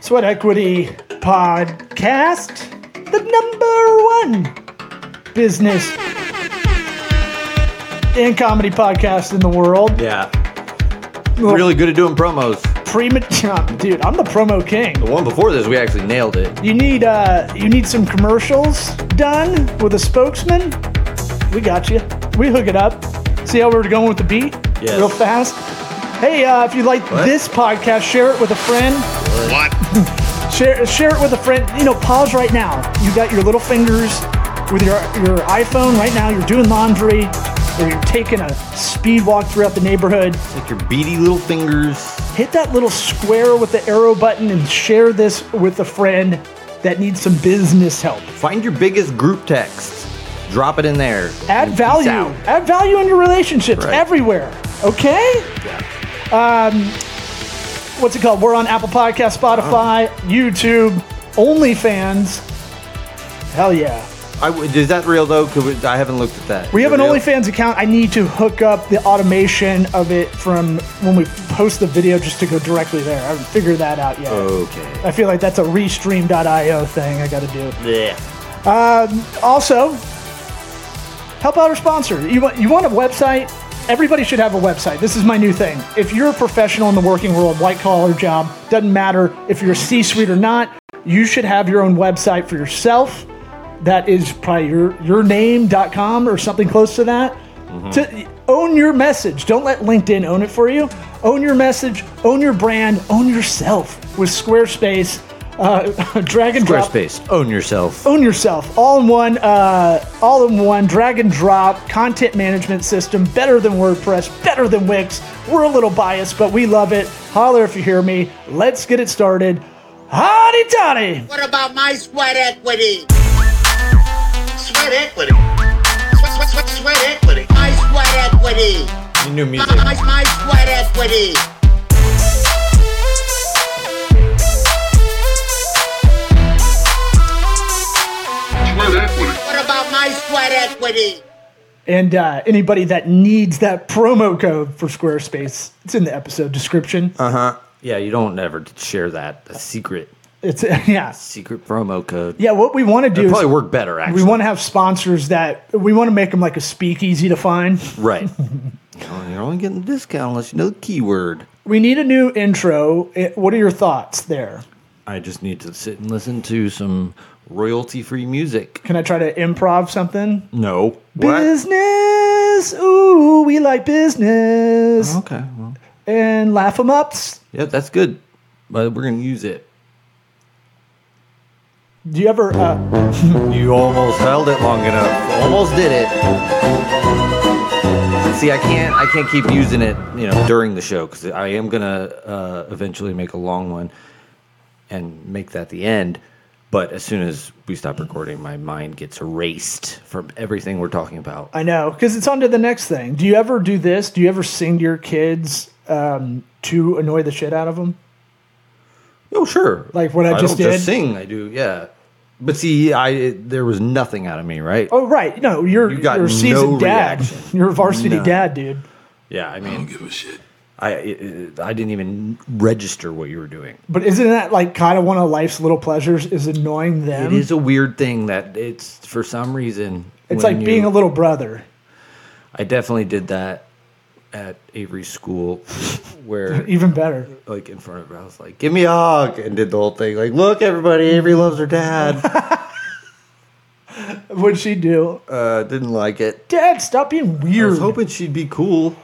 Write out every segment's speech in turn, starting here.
Sweat Equity Podcast, the number one business and comedy podcast in the world. Yeah. Really good at doing promos. Premature, dude. I'm the promo king. The one before this, we actually nailed it. You need uh, you need some commercials done with a spokesman. We got you. We hook it up. See how we're going with the beat? Yes. Real fast. Hey, uh, if you like this podcast, share it with a friend. What? Share share it with a friend. You know, pause right now. You got your little fingers with your your iPhone right now. You're doing laundry, or you're taking a speed walk throughout the neighborhood. Like your beady little fingers. hit that little square with the arrow button and share this with a friend that needs some business help. Find your biggest group text. Drop it in there. Add and peace value. out. Add value in your relationships Right. everywhere. Okay? Um, what's it called? We're on Apple Podcast, Spotify, Oh. YouTube, OnlyFans. Hell yeah. I w is that real though? 'Cause we- I haven't looked at that. We have an Is it real? OnlyFans account. I need to hook up the automation of it from when we post the video just to go directly there. I haven't figured that out yet. Okay. I feel like that's a restream.io thing I got to do. Yeah. Also, help out our sponsor. You want you want a website? Everybody should have a website. This is my new thing. If you're a professional in the working world, white collar job, doesn't matter if you're a C-suite or not, you should have your own website for yourself. That is probably your yourname.com or something close to that. To own your message. Don't let LinkedIn own it for you. Own your message, own your brand, own yourself with Squarespace, uh, drag and drop Squarespace. Own yourself. own yourself all in one uh, all in one drag and drop content management system better than wordpress better than wix we're a little biased but we love it holler if you hear me let's get it started hotty toddy What about my sweat equity? Sweat equity. Sweat, sweat, sweat, sweat equity. My sweat equity. New My, music. my, my sweat equity. What about my sweat equity? and uh, anybody that needs that promo code for squarespace it's in the episode description Yeah, you don't ever share that. A secret, it's yeah secret promo code. yeah what we want to do It'd probably is work better actually. we want to have sponsors that we want to make them like a speakeasy to find Right. You know, You're only getting a discount unless you know the keyword. we need a new intro Eh, what are your thoughts there I just need to sit and listen to some royalty free music. Can I try to improv something? No. Business. Ooh, we like business. Okay. Well, And laugh 'em ups. yeah, that's good. But we're going to use it. Do you ever? Uh, You almost held it long enough. Almost did it. See, I can't. I can't keep using it, you know, during the show because I am gonna uh, eventually make a long one and make that the end. But as soon as we stop recording, my mind gets erased from everything we're talking about. I know, because it's on to the next thing. Do you ever do this? Do you ever sing to your kids um, to annoy the shit out of them? Oh, sure. Like what I just don't did? Just sing. I do. Yeah. But see, I it, there was nothing out of me, right? Oh, right. No, you're You you got are a seasoned no dad. reaction. You're a varsity None. dad, dude. Yeah. I mean, I don't give a shit. I it, I didn't even register what you were doing. But isn't that like kind of one of life's little pleasures? Is annoying them. It is a weird thing that it's for some reason. It's when like you- being a little brother. I definitely did that at Avery School, where Even better. like in front of her, I was like, "Give me a hug," and did the whole thing. Like, look, everybody, Avery loves her dad. What'd she do? uh, didn't like it. Dad, stop being I weird. was hoping she'd be cool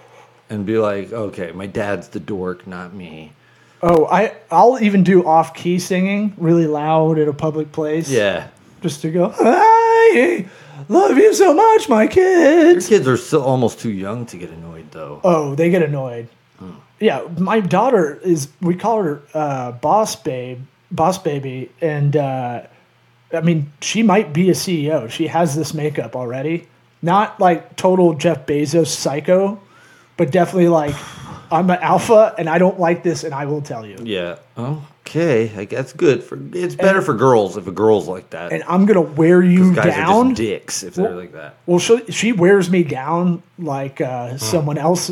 and be like, "Okay, my dad's the dork, not me." Oh, I I'll even do off key singing really loud at a public place. Yeah, Just to go, I love you so much, my your kids. kids are still almost too young to get annoyed, though. Oh, they get annoyed. Oh. Yeah, my daughter is we call her uh, boss babe, boss baby, and uh, I mean she might be a CEO. She has this makeup already. Not like total Jeff Bezos psycho, but definitely like I'm an alpha and I don't like this and I will tell you. Yeah. Okay, I guess good for. It's better for girls if a girl's like that. And I'm gonna wear you guys are down. just dicks if they're like that. Well, she, she wears me down like uh, someone else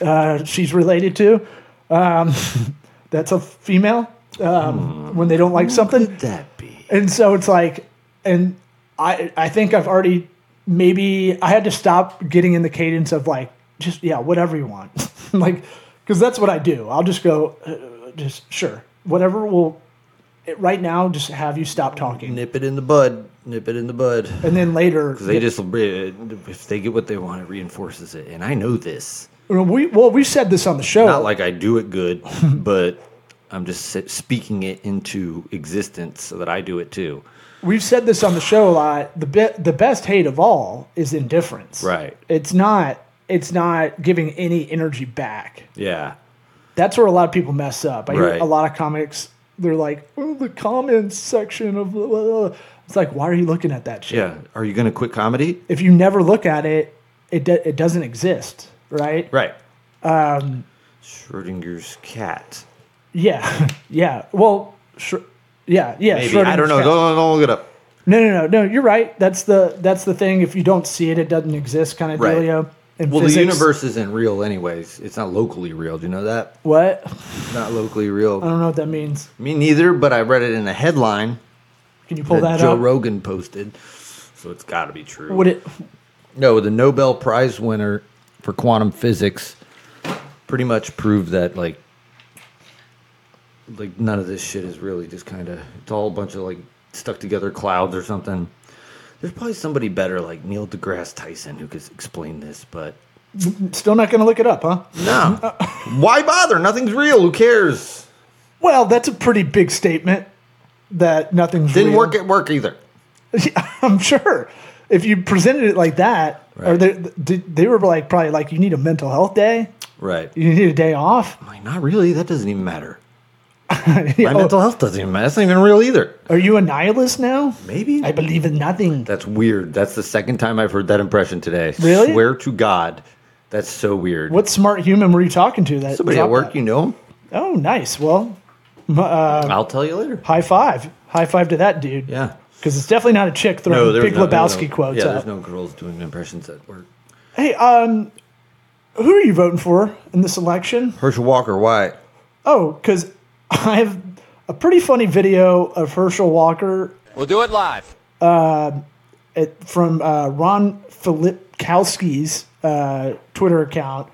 uh, she's related to. Um, that's a female. Hmm. um, when they don't like something. Could that be? And so it's like, and I I think I've already maybe I had to stop getting in the cadence of like just yeah whatever you want, like because that's what I do. I'll just go, uh, just sure whatever will. It, right now, just have you stop talking, Nip it in the bud. Nip it in the bud. and then later They just uh, if they get what they want, it reinforces it. And I know this. we well we said this on the show. Not like I do it good, but I'm just s- speaking it into existence so that I do it too. We've said this on the show a lot. The be- the best hate of all is indifference. Right. It's not it's not giving any energy back. Yeah. That's where a lot of people mess up. I hear Right. a lot of comics they're like, "Oh, the comments section of blah, blah, blah." It's like, "Why are you looking at that shit?" Yeah. Are you going to quit comedy? If you never look at it, it do- it doesn't exist, right? Right. Um, Schrodinger's cat. Yeah. yeah. Well, sure. Yeah, yeah. Maybe. I don't know. Schrodinger's cat. Don't, don't look it up. No, no, no, no. You're right. That's the that's the thing. If you don't see it, it doesn't exist, kind of Right. dealio. In Well, the physics. universe isn't real, anyways. It's not locally real. Do you know that? What? It's not locally real. I don't know what that means. Me neither, but I read it in a headline Can you pull that that Joe up? Rogan posted. So it's got to be true. Would it? No, the Nobel Prize winner for quantum physics pretty much proved that like like none of this shit is really just kind of it's all a bunch of like stuck together clouds or something. There's probably somebody better like Neil deGrasse Tyson who could explain this, but Still not going to look it up, huh? no. Why bother? Nothing's real. Who cares? Well, that's a pretty big statement. That nothing's Didn't real. work at work either. I'm sure. If you presented it like that, or Right. they did- they were like probably like you need a mental health day, Right. you need a day off. Like not really. That doesn't even matter. My Yeah, mental health doesn't even matter. That's not even real either. Are you a nihilist now? Maybe. I believe in nothing. That's weird. That's the second time I've heard that impression today. Really? Swear to God, that's so weird. What smart human were you talking to? That Somebody at dropped work, that? you know? 'em? Oh, nice. Well, Um, I'll tell you later. high five. High five to that dude. Yeah. Because it's definitely not a chick throwing there's Big no- there's Lebowski no- quotes Yeah, up. there's no girls doing impressions at work. Hey, um, who are you voting for in this election? Herschel Walker, why? Oh, because I have a pretty funny video of Herschel Walker We'll do it live. at, from uh, Ron Filipkowski's uh, Twitter account.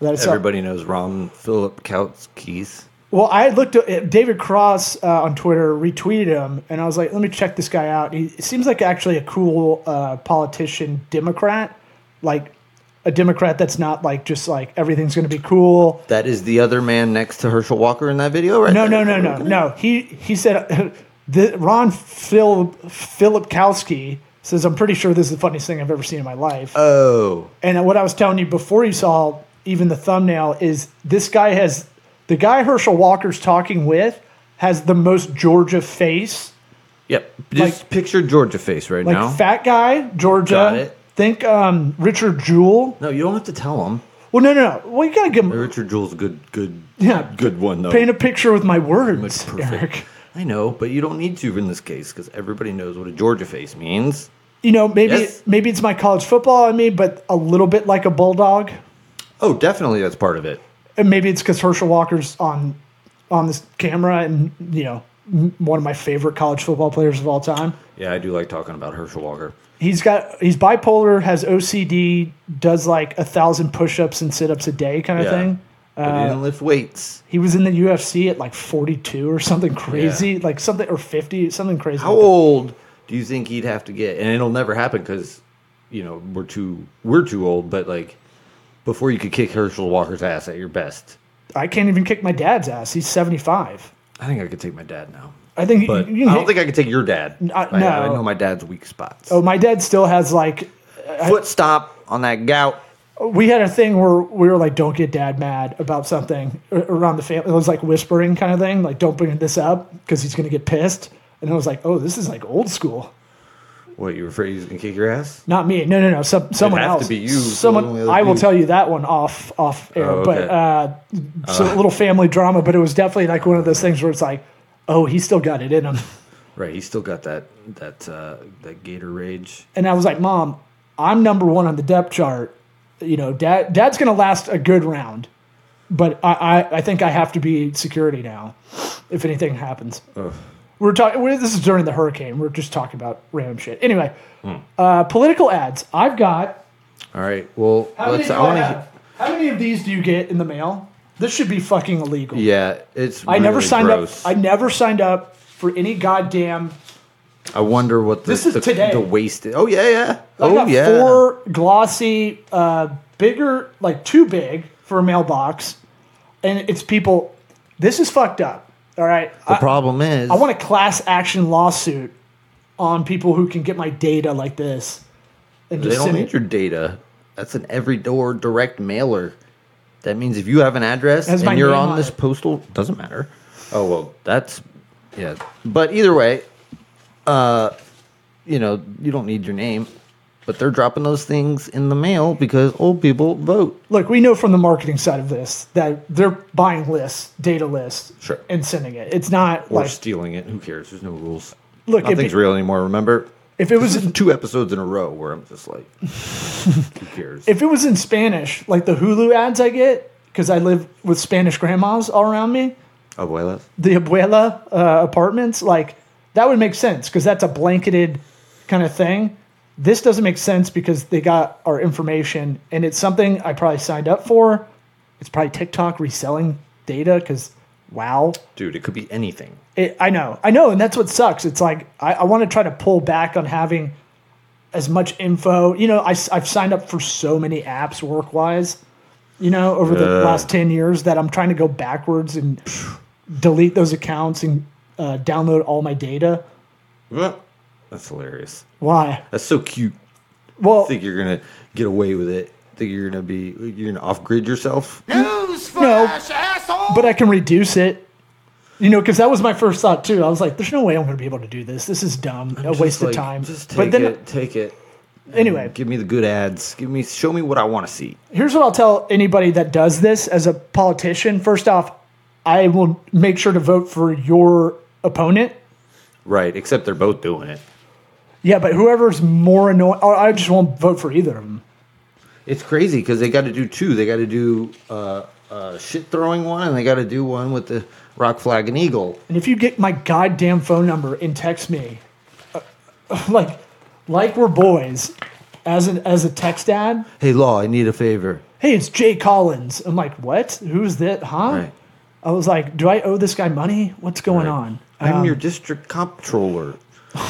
That I saw. Everybody knows Ron Philip Couts Keys. Well, I looked at David Cross uh, on Twitter retweeted him, and I was like, let me check this guy out. He seems like actually a cool uh, politician, Democrat, like a Democrat that's not like just like everything's going to be cool. That is the other man next to Herschel Walker in that video, right? No, no, there. no, no, no. He he said the, Ron Phil Philipkowski says I'm pretty sure this is the funniest thing I've ever seen in my life. Oh, and what I was telling you before you saw even the thumbnail is this guy has the guy Herschel Walker's talking with has the most Georgia face, yep. Just picture Georgia face right like now. fat guy Georgia. Got it. Think um, Richard Jewell. no, you don't have to tell him. Well, no, no, no. Well, you gotta give him Richard Jewell's a good, good, Yeah. good one though. paint a picture with my words, Perfect. Eric. I know, but you don't need to in this case because everybody knows what a Georgia face means. You know, maybe Yes. maybe it's my college football in me, but a little bit like a bulldog. Oh, definitely that's part of it. and maybe it's because Herschel Walker's on on this camera, and you know, m- one of my favorite college football players of all time. Yeah, I do like talking about Herschel Walker. He's got he's bipolar, has OCD, does like a thousand push-ups and sit-ups a day, kind of Yeah. thing. Uh, But he didn't lift weights. He was in the UFC at like 42 or something crazy, like something or 50, something crazy. How like that. old do you think he'd have to get? And it'll never happen because, you know, we're too we're too old. But like, before you could kick Herschel Walker's ass at your best, I can't even kick my dad's ass. He's 75. I think I could take my dad now. I think. But you- you can I don't hit- think I could take your dad. I- I, I no. know my dad's weak spots. oh, my dad still has like Foot stop on that gout. we had a thing where we were like, don't get dad mad about something a- around the family. It was like whispering kind of thing, like, don't bring this up because he's going to get pissed. And I was like, oh, this is like old school. What you were afraid he was gonna kick your ass? Not me. No, no, no. Some, someone have to else. be you, so only Someone. other I will dude. tell you that one off off air. Oh, But okay. uh, so a little family drama. But it was definitely like one of those things where it's like, oh, he still got it in him. Right, he's still got that that uh, that Gator rage. And I was like, mom, I'm number one on the depth chart. You know, dad, dad's going to last a good round. but I, I, I think I have to be security now if anything happens. We're talking. This is during the hurricane. We're just talking about random shit. Anyway, Hmm. uh, political ads. I've got. All right. Well, How many, let's. do I I want to. have? how many of these do you get in the mail? This should be fucking illegal. Yeah, it's. I never really signed gross. up. I never signed up for any goddamn. I wonder what the, This is the, today. the wasted. Oh yeah, yeah. I Oh got yeah. four glossy, uh, bigger, like too big for a mailbox, and it's people. This is fucked up. All right. The I, problem is, I want a class action lawsuit on people who can get my data like this. And They just don't send need it. your data. That's an every door direct mailer. That means if you have an address Has my and you're name on on this it. postal, doesn't matter. Oh well, that's yeah. But either way, uh, you know, you don't need your name. But they're dropping those things in the mail because old people vote. Look, we know from the marketing side of this that they're buying lists, data lists, Sure. and sending it. It's not Or like stealing it. Who cares? There's no rules. Look, it'd nothing's be- real anymore. Remember, if it was in- two episodes in a row where I'm just like, who cares? if it was in Spanish, like the Hulu ads I get, because I live with Spanish grandmas all around me, Abuelas. the abuela uh, apartments, like that would make sense because that's a blanketed kind of thing. This doesn't make sense because they got our information and it's something I probably signed up for. It's probably TikTok reselling data because wow. Dude, it could be anything. It, I know, I know, and that's what sucks. It's like I, I want to try to pull back on having as much info. You know, I, have signed up for so many apps work wise, you know, over the Yeah. last 10 years that I'm trying to go backwards and delete those accounts and uh, download all my data. That's hilarious. Why? That's so cute. Well, Think you're gonna get away with it? Think you're gonna be you're gonna off grid yourself? no, but I can reduce it. You know, because that was my first thought too. I was like, "There's no way I'm going to be able to do this. This is dumb, a waste of time." Just take but then, it. Take it. anyway, Give me the good ads. Give me. Show me what I want to see. here's what I'll tell anybody that does this as a politician. First off, I will make sure to vote for your opponent. Right. Except they're both doing it. Yeah, but whoever's more annoying, or I just won't vote for either of them. It's crazy because they got to do two. They got to do uh, a shit throwing one, and they got to do one with the rock flag and eagle. And if you get my goddamn phone number and text me, uh, like, like we're boys, as an as a text ad, Hey, law, I need a favor. hey, it's Jay Collins. I'm like, what? Who's that? Huh? Right. I was like, do I owe this guy money? What's going Right. on? I'm Um, your district comptroller. all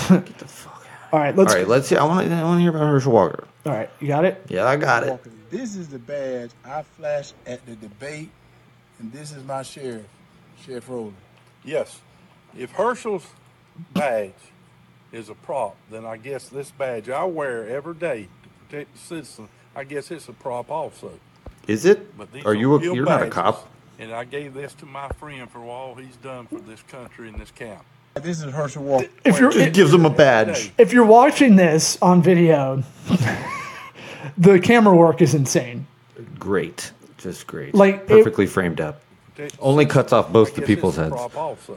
right, let's. All right, let's see. I want to. I want to hear about Herschel Walker. all right, you got it. Yeah, I got it. This is the badge I flashed at the debate, and this is my sheriff, Sheriff Rowland. Yes. If Herschel's badge is a prop, then I guess this badge I wear every day to protect the citizen, I guess it's a prop also. Is it? But these Are you? A, real you're not a badges, cop. And I gave this to my friend for all he's done for this country and this camp. This is Herschel Walker. If you're Just gives him a badge. Hey, if you're watching this on video, the camera work is insane. Great, just great. Like, it- perfectly framed up. protect the Only cuts off both the Yes, people's it's a heads. prop also.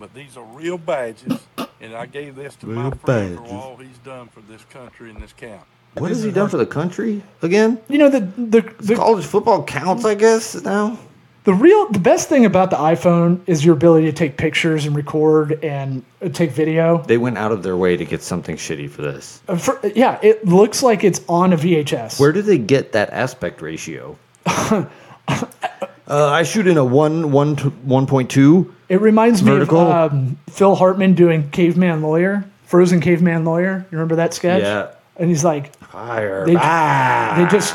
But these are real badges, and I gave this to my Real friend badges. for all he's done for this country and this camp. What has he done for the country again? You know the the the, College football counts, I guess. Now the real the best thing about the iPhone is your ability to take pictures and record and uh, take video. they went out of their way to get something shitty for this. Uh, for- yeah, it looks like it's on a VHS. Where do they get that aspect ratio? uh, I shoot in a one one to one point two. it reminds me Vertical? of um, Phil Hartman doing Caveman Lawyer, Frozen Caveman Lawyer. You remember that sketch? Yeah. And he's like, Higher. They- they just,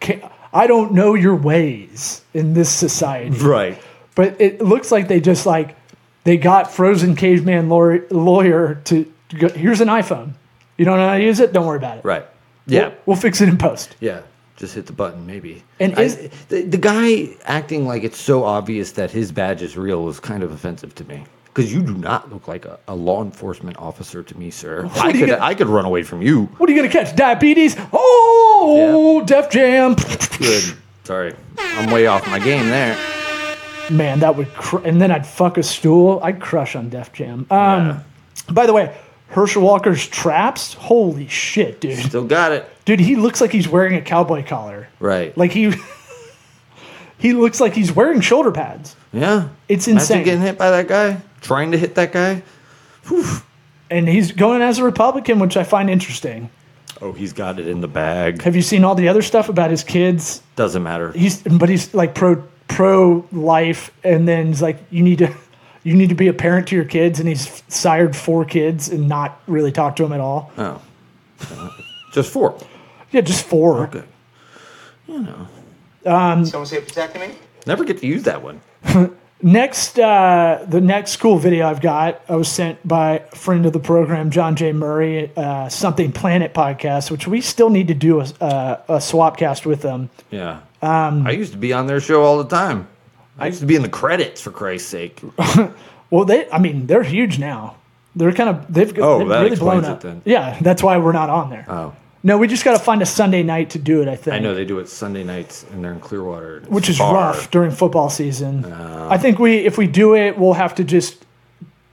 can't, I don't know your ways in this society. right. but it looks like they just like they got frozen caveman lawyer, lawyer to, to go here's an iphone you don't know how to use it don't worry about it Right. Yeah. we'll, we'll fix it in post Yeah, just hit the button, maybe. And I- is- the, the guy acting like it's so obvious that his badge is real is kind of offensive to me. Because you do not look like a, a law enforcement officer to me, sir. I do you could get- I could run away from you. what are you gonna catch diabetes oh def jam Good. Sorry, I'm way off my game there. man that would cr- and then i'd fuck a stool i'd crush on def jam um Yeah. by the way herschel walker's traps holy shit dude Still got it. dude he looks like he's wearing a cowboy collar Right. like he He looks like he's wearing shoulder pads. Yeah. It's Imagine insane. getting hit by that guy, trying to hit that guy. And he's going as a Republican, which I find interesting. Oh, he's got it in the bag. Have you seen all the other stuff about his kids? Doesn't matter. He's but he's like pro pro life, and then he's like, you need to you need to be a parent to your kids, and he's sired four kids and not really talked to him at all. Oh. Just four. Yeah, just four. Okay. Um, Someone say protecting me? Never get to use that one. Next, uh, the next cool video I've got, I was sent by a friend of the program, John J. Murray, uh, Something Planet podcast, which we still need to do a, uh, a, a swap cast with them. Yeah. Um, I used to be on their show all the time. I used to be in the credits for Christ's sake. Well, they, I mean, they're huge now. They're kind of, they've, Oh, they've that really explains blown it up. then. Yeah, that's why we're not on there. Oh. No, we just got to find a Sunday night to do it, I think. I know they do it Sunday nights and they're in Clearwater. and it's Which is far. Oh. rough during football season. I think we, if we do it, we'll have to just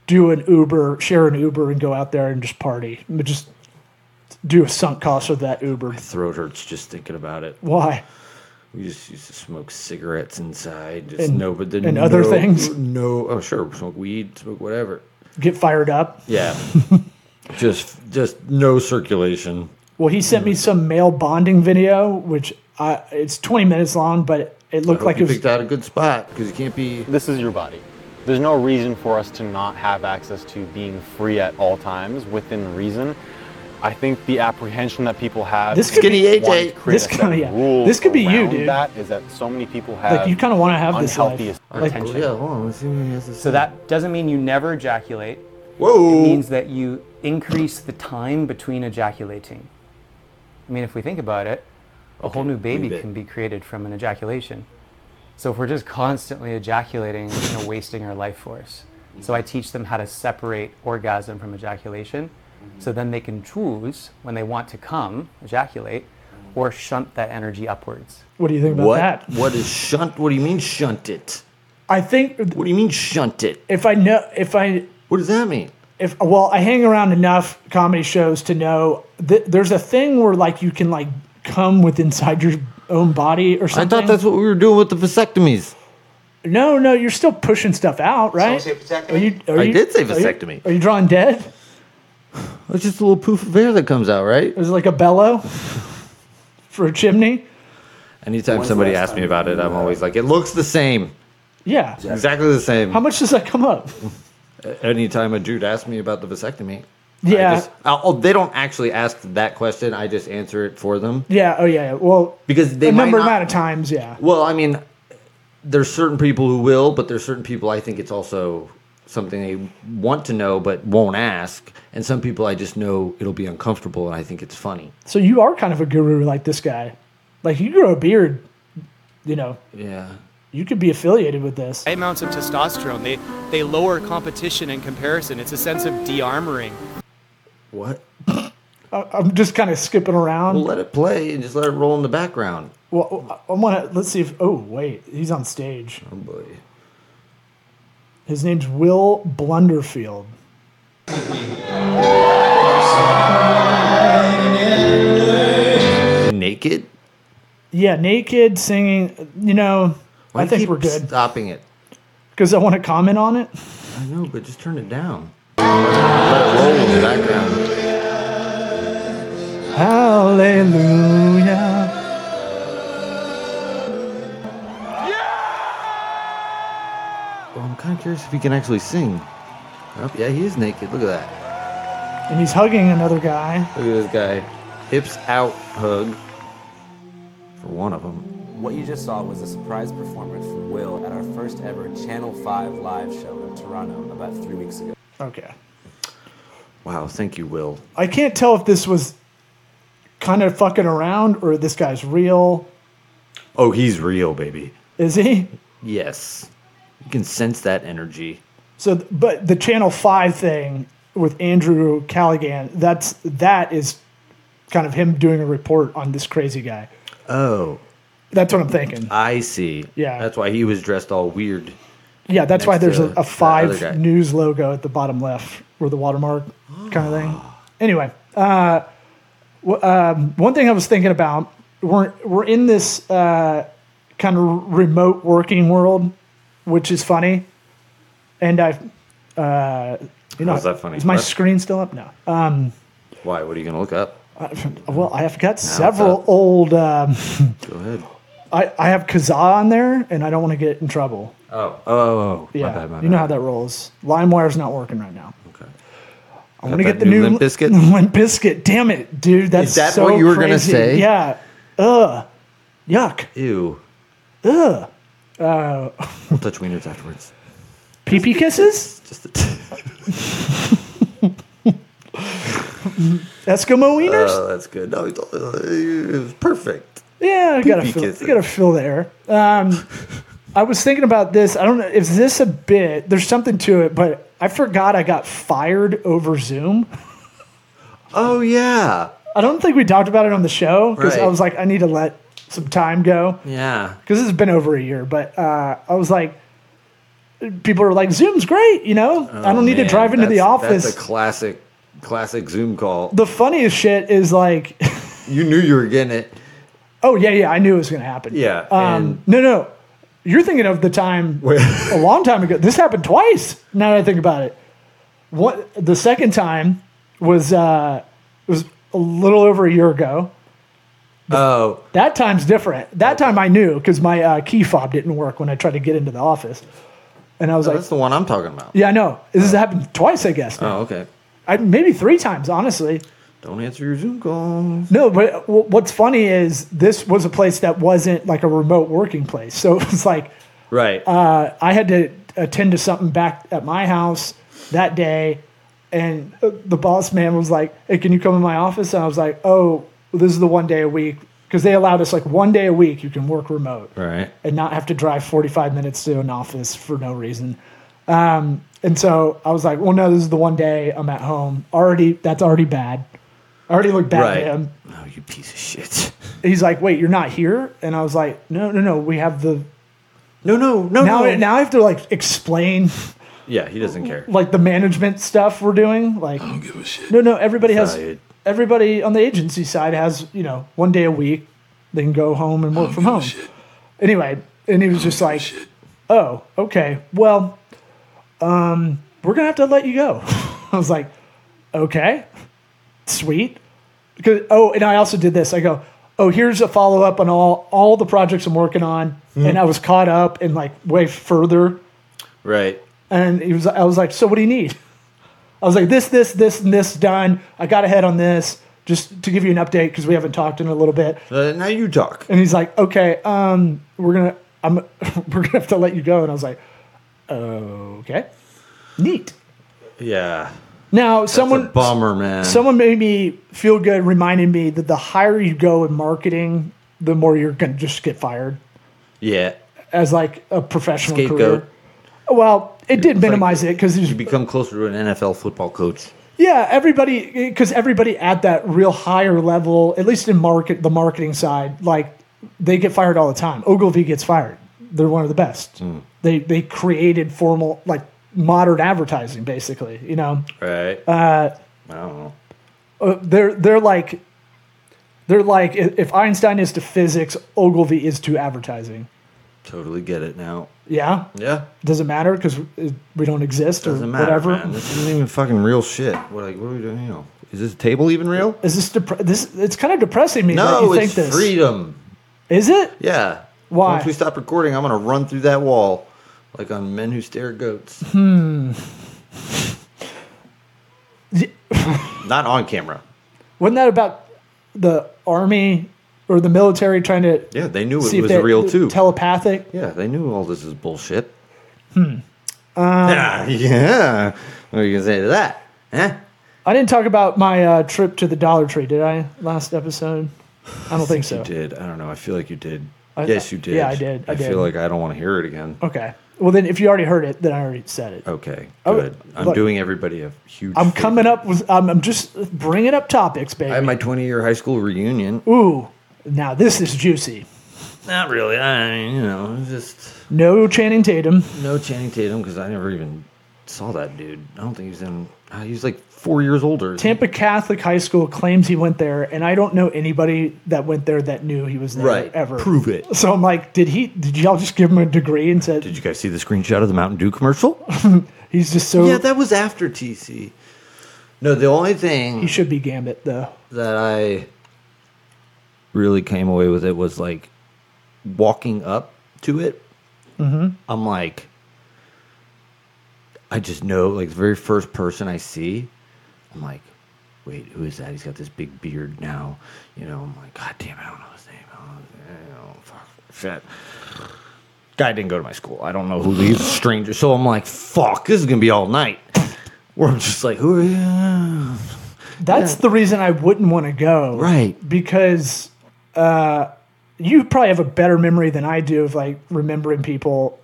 do an Uber, share an Uber, and go out there and just party. But Just do a sunk cost of that Uber. Throat hurts just thinking about it. Why? We just used to smoke cigarettes inside. Just no, but then and other no- things? No, oh sure, smoke weed, smoke whatever. Get fired up? Yeah, just just no circulation. Well, he Mm. sent me some male bonding video, which I, it's 20 minutes long, but it looked like Like it you was picked out a good spot because you can't be. oh, This is your body. There's no reason for us to not have access to being free at all times within reason. I think the apprehension that people have This could Skinny and AJ. wanting to create This a could- set of yeah. rules This could be you, around dude. That is that so many people have like you kind of want to have this life. unhealthy Like, Oh, yeah, hold on. Let's see what he has to say. So that doesn't mean you never ejaculate. Whoa. It means that you increase the time between ejaculating. I mean, if we think about it, a whole new baby leave it. can be created from an ejaculation. So if we're just constantly ejaculating, you know, wasting our life force. So I teach them how to separate orgasm from ejaculation, so then they can choose when they want to come, ejaculate, or shunt that energy upwards. what do you think about what? that? What is shunt? What do you mean shunt it? I think What do you mean shunt it? if I know, if I, What does that mean? if, well, I hang around enough comedy shows to know th- there's a thing where like you can like come with inside your own body or I something. thought that's what we were doing with the vasectomies. No, no, you're still pushing stuff out, right? Someone say vasectomy? Are you, are I you- did say are you- vasectomy. Are you drawing dead? It's just a little poof of air that comes out, right? Is it like a bellow for a chimney? Anytime somebody asks me about it, I'm always like, it looks the same. Yeah. Exactly the same. How much does that come up? Anytime a dude asks me about the vasectomy, I Yeah. just, I'll- oh, they don't actually ask that question. I just answer it for them yeah. Oh, yeah. Well, because they a might number not- amount of times. Yeah. Well, I mean, there's certain people who will, but there's certain people I think it's also something they want to know but won't ask, and some people I just know it'll be uncomfortable, and I think it's funny. So you are kind of a guru like this guy. Like you grow a beard, you know, Yeah. you could be affiliated with this. high amounts of testosterone. They they lower competition in comparison. It's a sense of de-armoring. What? I'm just kind of skipping Well, around. let it play and just let it roll in the background. Well, I want to let's see if oh wait, he's on stage. Oh boy. His name's Will Blunderfield. Naked. Yeah, naked singing, you know, Why I do you think keep we're good Stopping it. cuz I want to comment on it. I know, but just turn it down. Let it roll in the background. Hallelujah. Well, I'm kind of curious if he can actually sing. Oh, yeah, he is naked. Look at that. And he's hugging another guy. Look at this guy. Hips out hug. For one of them. What you just saw was a surprise performance from Will at our first ever Channel 5 live show in Toronto about three weeks ago. Okay. Wow, thank you, Will. I can't tell if this was kind of fucking around or this guy's real. Oh, he's real, baby. Is he? Yes. You can sense that energy. So, th- but the Channel Five thing with Andrew Callaghan, that's that is kind of him doing a report on this crazy guy. Oh, That's what I'm thinking. I see. Yeah. That's why he was dressed all weird. Yeah, that's why next there's to a, that a other guy. five news logo at the bottom left, where the watermark kind of thing. Anyway, uh, w- um, one thing I was thinking about we're we're in this uh, kind of remote working world, which is funny. And I, uh, you know, How's that funny? Is my What? screen still up? No. Uh, Why? What are you going to look up? well, I've got several up. old. Um, Go ahead. I I have Kazaa on there, and I don't want to get in trouble. Oh, oh, oh. Yeah, my bad, my you know how bad. that rolls. LimeWire's not working right now. Okay. I'm gonna that get the new new Limp Bizkit? Limp Biscuit. Damn it, dude. That's Is that so what you were gonna crazy. say? Yeah. Ugh. Yuck. Ew. Uh, Ugh. we'll touch wieners afterwards. Pee pee kisses? Just the t- Eskimo wieners? oh, that's good. No, it was perfect. yeah, I gotta pee fill, kisses. I gotta fill the air. Um, I was thinking about this. I don't know. Is this a bit? There's something to it, but I forgot I got fired over Zoom. Oh yeah, I don't think we talked about it on the show because I Right. was like, I need to let some time go. yeah. because it's been over a year, but uh, I was like, people are like, Zoom's great, you know? I don't need to Oh, Man, drive into the that's- office. That's a classic, classic Zoom call. the funniest shit is like, You knew you were getting it. oh, yeah, yeah, I knew it was going to happen. Yeah, Um, and- no, no. You're thinking of the time a long time ago. This happened twice. Now that I think about it, what the second time was uh, was a little over a year ago. Oh, That time's different. That time I knew because my uh, key fob didn't work when I tried to get into the office, and I was like, that's the one I'm talking about. Yeah, I know. This has happened twice, I guess. now. Oh, okay. I, maybe three times, honestly. Don't answer your Zoom calls. No, but w- what's funny is this was a place that wasn't like a remote working place. So it was like Right. uh, I had to attend to something back at my house that day. And uh, the boss man was like, Hey, can you come in my office? And I was like, Oh, well, this is the one day a week. Because they allowed us like one day a week you can work remote. right. and not have to drive 45 minutes to an office for no reason. Um, and so I was like, well, no, this is the one day I'm at home. Already, that's already bad. I already looked bad Right. at him. Oh, you piece of shit. He's like, wait, you're not here? And I was like, no, no, no, we have the. No, no, no, Now, no. now I have to like explain Yeah, he doesn't care. like the management stuff we're doing. Like, don't give a shit. no, no, everybody has. Side. Everybody on the agency side has, you know, one day a week. They can go home and work from home. Anyway, and he was just like, oh, okay. Well, um, we're going to have to let you go. I was like, okay, sweet. Because, oh, and I also did this. I go, oh, here's a follow up on all, all the projects I'm working on. And I was caught up and like way further. Right. And he was, I was like, so what do you need? I was like, this, this, this, and this done. I got ahead on this just to give you an update because we haven't talked in a little bit. Uh, now you talk. And he's like, okay, um, we're gonna, I'm, we're gonna have to let you go. And I was like, okay, neat. Yeah. Now Someone, someone, That's a bummer, man. someone made me feel good, reminding me that the higher you go in marketing, the more you're gonna just get fired Yeah. as like a professional Scapegoat. career. Well, it did minimize it because You become closer to an NFL football coach. Yeah, everybody, because everybody at that real higher level, at least in market, the marketing side, like they get fired all the time. Ogilvy gets fired. They're one of the best. Hmm. They they created formal like modern advertising, basically. You know, Right. Uh, I don't know. Uh, they're they're like they're like i- if Einstein is to physics, Ogilvy is to advertising. Totally get it now. Yeah, Yeah. does it matter because we don't exist or Doesn't matter, whatever? man. This isn't even fucking real shit. What, like, what are we doing? You know, is this table even real? Is this depre- this? It's kind of depressing me that No, you it's think this. freedom. Is it? Yeah. Why? Once we stop recording, I'm gonna run through that wall, like on Men Who Stare at Goats. Not on camera. Wasn't that about the army or the military trying to Yeah, they knew see it if was they real too. Telepathic. yeah, they knew all this is bullshit. Hmm. yeah, yeah. What are you gonna say to that? Huh? I didn't talk about my uh, trip to the Dollar Tree, did I? Last episode, I don't think, so. You did. I don't know. I feel like you did. I- yes, you did. yeah, I did. I I, did. Oh. feel like I don't want to hear it again. Okay. Well, then, if you already heard it, then I already said it. Okay, Oh, good. I'm look. doing everybody a huge. I'm favor. coming up with. I'm, I'm just bringing up topics, baby. I had my 20 year high school reunion. Ooh, now this is juicy. Not really. I mean, you know, just No Channing Tatum. no Channing Tatum because I never even saw that dude. I don't think he's in. uh, He's like four years older. Tampa Catholic High School claims he went there, and I don't know anybody that went there that knew he was there right. ever. Prove it. So I'm like, did he? Did y'all just give him a degree and said Did you guys see the screenshot of the Mountain Dew commercial? he's just so yeah, that was after TC. No, the only thing he should be Gambit though? that I really came away with it was like walking up to it. I'm like, I just know, like, the very first person I see, I'm like, wait, who is that? He's got this big beard now. You know, I'm like, God damn, it, I don't know his name. I don't know, his name. I don't know, fuck, shit. Guy didn't go to my school. I don't know who these strangers. So I'm like, fuck, this is going to be all night. Where I'm just like, who are you? That's the reason I wouldn't want to go. Right. Because uh, you probably have a better memory than I do of like remembering people.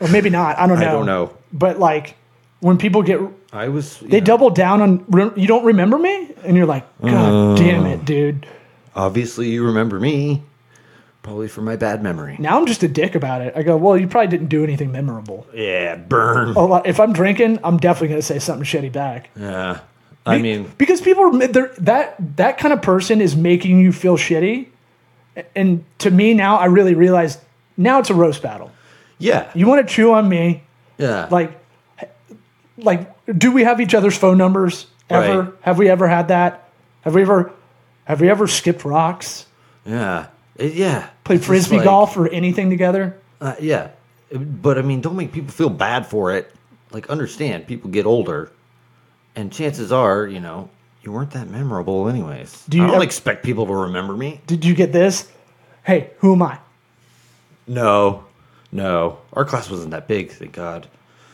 Or maybe not. I don't I know. don't know. But like when people get, I was. they you know, double down on, re- you don't remember me? And you're like, Uh. God damn it, dude. Obviously, you remember me, probably from my bad memory. Now I'm just a dick about it. I go, well, you probably didn't do anything memorable. Yeah, burn. A lot- If I'm drinking, I'm definitely going to say something shitty back. Yeah. I mean, because people are ma- they're, that that kind of person is making you feel shitty and to me now i really realize now it's a roast battle yeah. you want to chew on me Yeah. like like do we have each other's phone numbers ever Right. have we ever had that have we ever have we ever skipped rocks yeah. It- yeah. played It's just frisbee like, golf or anything together Uh, yeah. But I mean, don't make people feel bad for it. Like, understand, people get older, and chances are, you know, you weren't that memorable, anyways. Do you I don't ever- expect people to remember me. did you get this hey who am i No. No. Our class wasn't that big, thank God.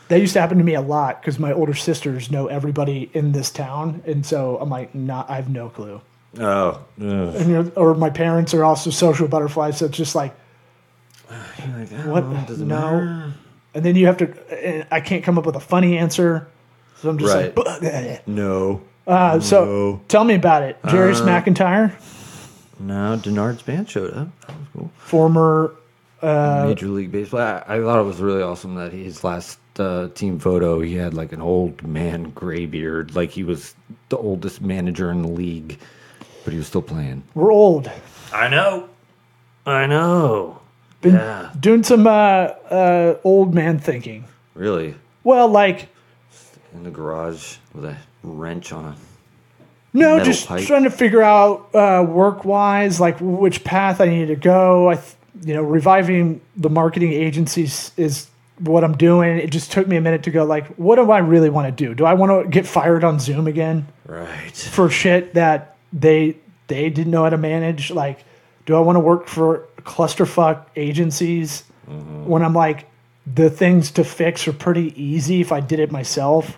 that used to happen to me a lot because my older sisters know everybody in this town and so i'm like not i have no clue Oh. Ugh. and you're, or my parents are also social butterflies, so it's just like what? oh, doesn't no, matter. and then you have to. And I can't come up with a funny answer, so I'm just Right. like. "Bleh, bleh, No. bleh." Uh, so tell me about it, Jarius McIntyre, No, Denard's band showed up. That was cool. former. Major League Baseball. I, I thought it was really awesome that his last uh, team photo, he had like an old man gray beard, like he was the oldest manager in the league, but he was still playing. We're old. I know. I know. Been Yeah. doing some uh, uh, old man thinking. Really? Well, like In the garage with a wrench on a. No, metal just pipe. trying to figure out uh, work wise, like which path I need to go. I, th- you know, reviving the marketing agencies is what I'm doing. It just took me a minute to go, like, what do I really want to do? Do I want to get fired on Zoom again Right. for shit that they they didn't know how to manage? Like, do I want to work for clusterfuck agencies Mm-hmm. when I'm like, the things to fix are pretty easy if I did it myself?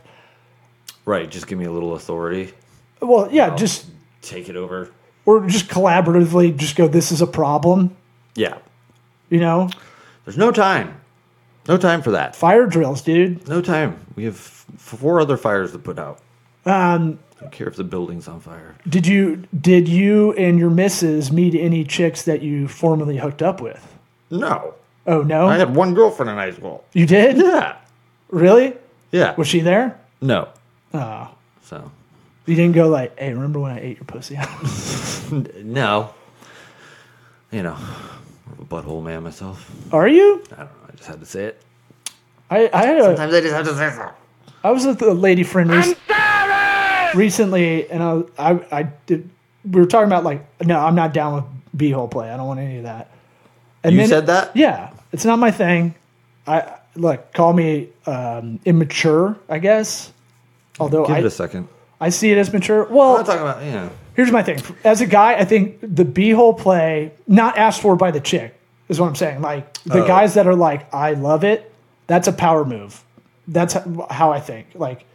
Right. Just give me a little authority. Well, yeah, just Take it over. or just collaboratively just go this is a problem Yeah. you know There's no time. No time for that. fire drills dude No time. We have f- four other fires to put out. Um, I don't care if the building's on fire. did you did you and your missus meet any chicks that you formerly hooked up with No. oh no I had one girlfriend in high school. you did Yeah. really Yeah. was she there No. Oh. So, you didn't go like hey remember when i ate your pussy no. You know, I'm a butthole man myself. are you I don't know. I just had to say it. i i had a Sometimes I just have to say so. I was with a lady friend rec- recently, and I, I, I did. We were talking about like, no, I'm not down with b hole play. I don't want any of that. And You said that? Yeah, it's not my thing. I look, call me um, immature, I guess. Although Give it I, a second. I see it as mature. I'm Well, not talking about, you know. here's my thing. As a guy, I think the b hole play, not asked for by the chick, is what I'm saying. Like the Oh. guys that are like, I love it. That's a power move. That's h- how I think. Like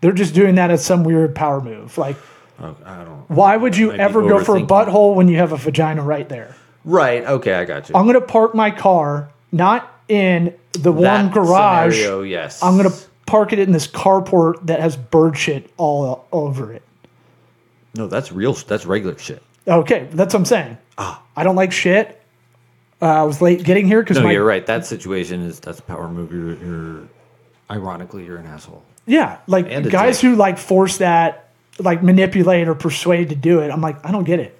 they're just doing that as some weird power move. Like Oh, I don't. why would you Might be ever go for a overthinking. butthole when you have a vagina right there? Right. Okay. I got you. I'm gonna park my car not in the warm That garage. Scenario, yes. I'm gonna park it in this carport that has bird shit all over it. No, that's real. sh- That's regular shit. Okay, that's what I'm saying. I don't like shit. Uh, I was late getting here because No, my you're right. That situation is that's a power move. You're, you're ironically, you're an asshole. Yeah, like And a guys dick. who like force that, like manipulate or persuade to do it. I'm like, I don't get it.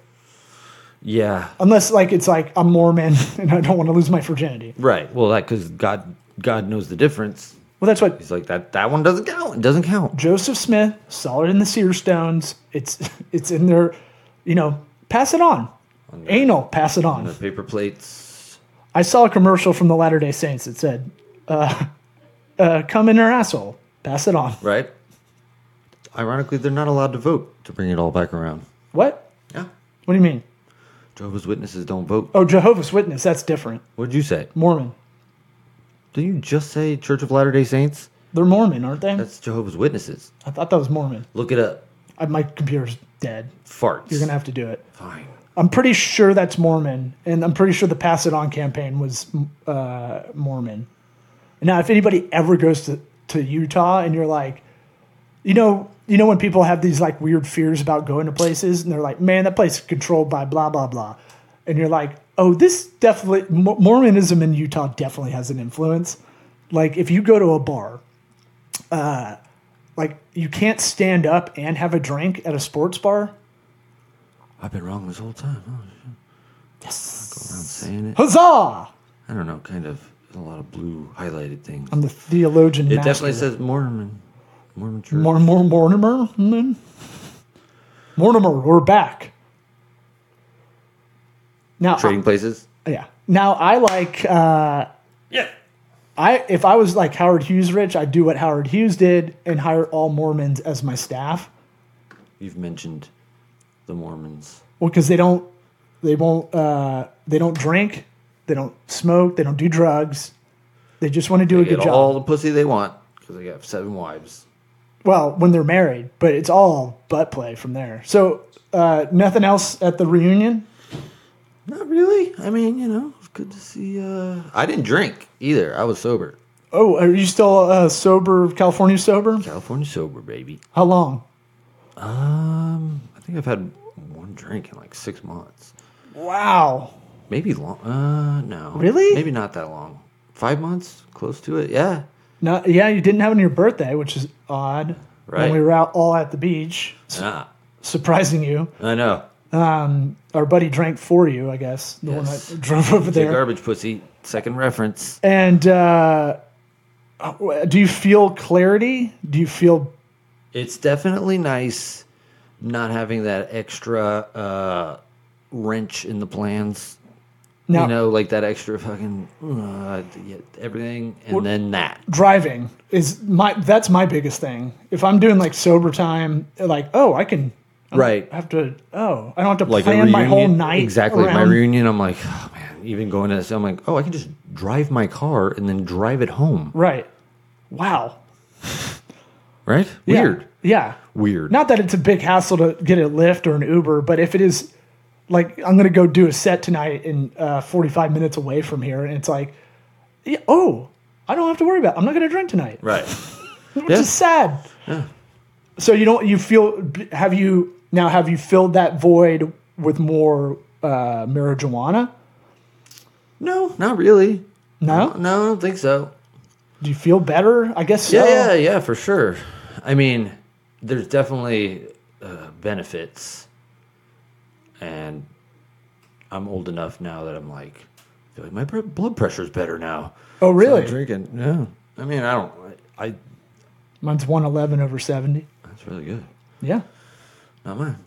Yeah. Unless like it's like I'm Mormon and I don't want to lose my virginity. Right. Well, that because God, God knows the difference. Well, that's what He's like that. That one doesn't count. It doesn't count. Joseph Smith saw it in the Sear Stones. It's it's in their, you know, pass it on. Anal, pass it on. The paper plates. I saw a commercial from the Latter Day Saints that said, uh, uh, "Come in her asshole, pass it on." Right. Ironically, they're not allowed to vote to bring it all back around. What? Yeah. What do you mean? Jehovah's Witnesses don't vote. Oh, Jehovah's Witness. That's different. What did you say? Mormon. Didn't you just say Church of Latter Day Saints? They're Mormon, aren't they? That's Jehovah's Witnesses. I thought that was Mormon. Look it up. I, my computer's dead. Farts. You're gonna have to do it. Fine. I'm pretty sure that's Mormon, and I'm pretty sure the Pass It On campaign was uh, Mormon. Now, if anybody ever goes to, to Utah and you're like, you know, you know when people have these like weird fears about going to places, and they're like, man, that place is controlled by blah blah blah, and you're like, oh, this definitely Mo- Mormonism in Utah definitely has an influence. Like if you go to a bar, uh, like you can't stand up and have a drink at a sports bar. I've been wrong this whole time. Oh, shit. Yes. Go around saying it. Huzzah! I don't know. Kind of a lot of blue highlighted things. I'm the theologian. It master. definitely says Mormon. Mormon Church. Mor- Mor- Mortimer. mm. Mortimer, we're back. Now, Trading places. yeah. Now I like. Uh, yeah. I if I was like Howard Hughes rich, I'd do what Howard Hughes did and hire all Mormons as my staff. You've mentioned the Mormons. Well, because they don't, they won't, uh, they don't drink, they don't smoke, they don't do drugs. They just want to do a They good get job. all the pussy they want because they have seven wives. well, when they're married, but it's all butt play from there. So uh, nothing else at the reunion. Not really. I mean, you know, it's good to see. Uh, I didn't drink either. I was sober. Oh, are you still uh, sober, California sober? California sober, baby. How long? Um, I think I've had one drink in like six months. Wow. Maybe long. Uh, no. Really? Maybe not that long. Five months, close to it. Yeah. No, yeah, you didn't have it on your birthday, which is odd. When Right. we were out all at the beach, s- Nah, surprising you. I know. Our buddy drank for you, I guess. The Yes. one that drove over The there. garbage pussy. Second reference. And uh, do you feel clarity? Do you feel It's definitely nice not having that extra uh, wrench in the plans. now You know, like that extra fucking uh, yeah, everything, and then that. driving is my that's my biggest thing. If I'm doing like sober time, like oh, I can Right. I have to oh, I don't have to like plan a my whole reunion- night. Exactly. My around- reunion, I'm like, oh man, even going to this, I'm like, oh, I can just drive my car and then drive it home. Right. Wow. Right? Yeah. Weird. Yeah. Weird. Not that it's a big hassle to get a Lyft or an Uber, but if it is, like, I'm going to go do a set tonight in uh, 45 minutes away from here, and it's like, yeah, oh, I don't have to worry about. I'm not going to drink tonight, Right. which is sad. So you don't. You feel? Have you now? Have you filled that void with more uh, marijuana? No, not really. No. No, I don't think so. Do you feel better? I guess so. Yeah, yeah, yeah, for sure. I mean, there's definitely uh, benefits, and I'm old enough now that I'm like, I feel like my pr- blood pressure's better now. Oh, So I'm really? drinking? Yeah. I mean, I don't. I, I. Mine's 111 over 70. That's really good. Yeah. Not mine.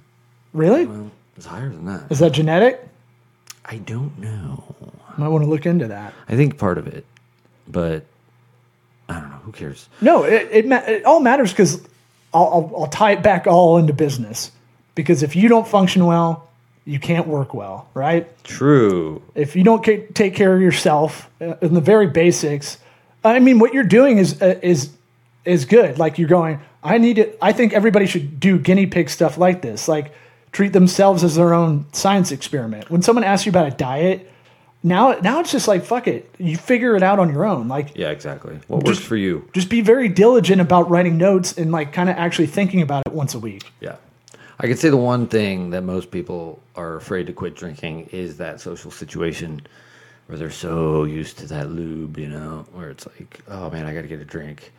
Really? Well, it's higher than that. Is that genetic? I don't know. Might want to look into that. I think part of it, but I don't know. Who cares? No, it it, ma- it all matters because I'll, I'll I'll tie it back all into business. Because if you don't function well, you can't work well, right? True. If you don't ca- take care of yourself uh, in the very basics, I mean, what you're doing is uh, is is good. Like you're going, I need to. I think everybody should do guinea pig stuff like this. Like treat themselves as their own science experiment. When someone asks you about a diet, now now it's just like fuck it. You figure it out on your own. Like Yeah, exactly. What works for you? just be very diligent about writing notes and like kind of actually thinking about it once a week. Yeah. I could say the one thing that most people are afraid to quit drinking is that social situation where they're so used to that lube, you know, where it's like, oh man, I got to get a drink.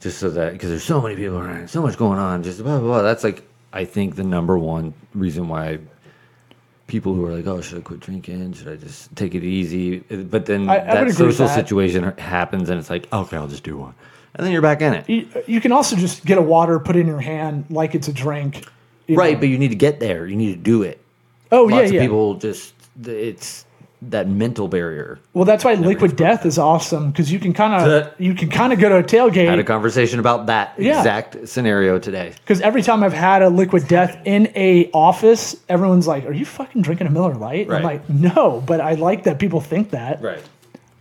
just so that because there's so many people around, so much going on, just blah blah blah. That's like I think the number one reason why people who are like, oh, should I quit drinking? Should I just take it easy? Uh, But then I- I would that agree with social that. situation happens, and it's like, okay, I'll just do one, and then you're back in it. You, you can also just get a water, put it in your hand like it's a drink. you Right, know. but you need to get there. You need to do it. oh yeah, Lots of yeah. people just it's that mental barrier. well, that's why Liquid Death is awesome because you can kind of That- you can kind of go to a tailgate Had a conversation about that Yeah. exact scenario today. Because every time I've had a liquid death in a office, everyone's like, "Are you fucking drinking a Miller Lite?" And I'm Right. like, "No," but I like that people think that. Right.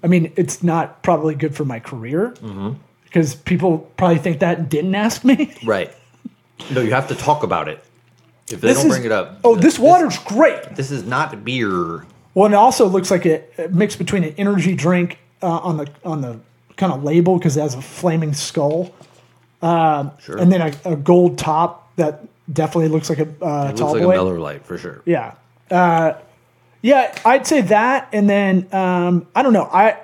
I mean, it's not probably good for my career Mm-hmm. because people probably think that and didn't ask me. Right. No, you have to talk about it. If they This don't is- bring it up. Oh, this water's great. This is not beer. Well, and it also looks like a, a mix between an energy drink uh, on the on the kind of label because it has a flaming skull, Sure. and then a, a gold top that definitely looks like a uh, it tall looks like boy. a Miller Lite for sure. Yeah. Uh, yeah, I'd say that. And then um, I don't know. I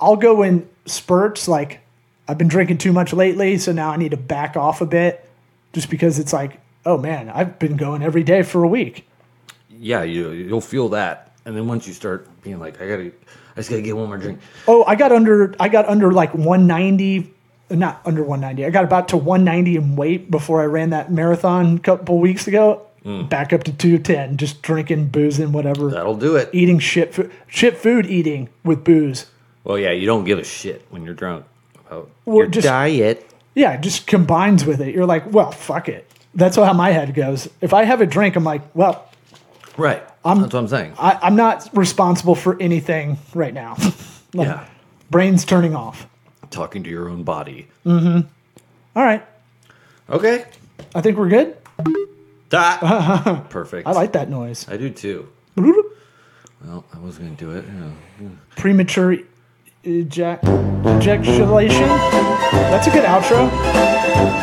I'll go in spurts. Like I've been drinking too much lately, so now I need to back off a bit, just because it's like, oh man, I've been going every day for a week. Yeah, you you'll feel that. And then once you start being like, I gotta I just gotta get one more drink. Oh, I got under. I got under like 190. Not under 190. I got about to 190 in weight before I ran that marathon a couple weeks ago. Back up to 210, just drinking, boozing, whatever, Hmm. That'll do it. eating shit food, shit food eating with booze. Well yeah, you don't give a shit when you're drunk about Well, your just- diet. yeah, it just combines with it. You're like, well, fuck it. That's how my head goes. If I have a drink, I'm like, well, Right. That's what I'm saying. I, I'm not responsible for anything right now. like, yeah. Brain's turning off. Talking to your own body. All right. Okay. I think we're good. That. Perfect. I like that noise. I do too. Well, I was gonna do it. you know. Premature eject- ejaculation. That's a good outro.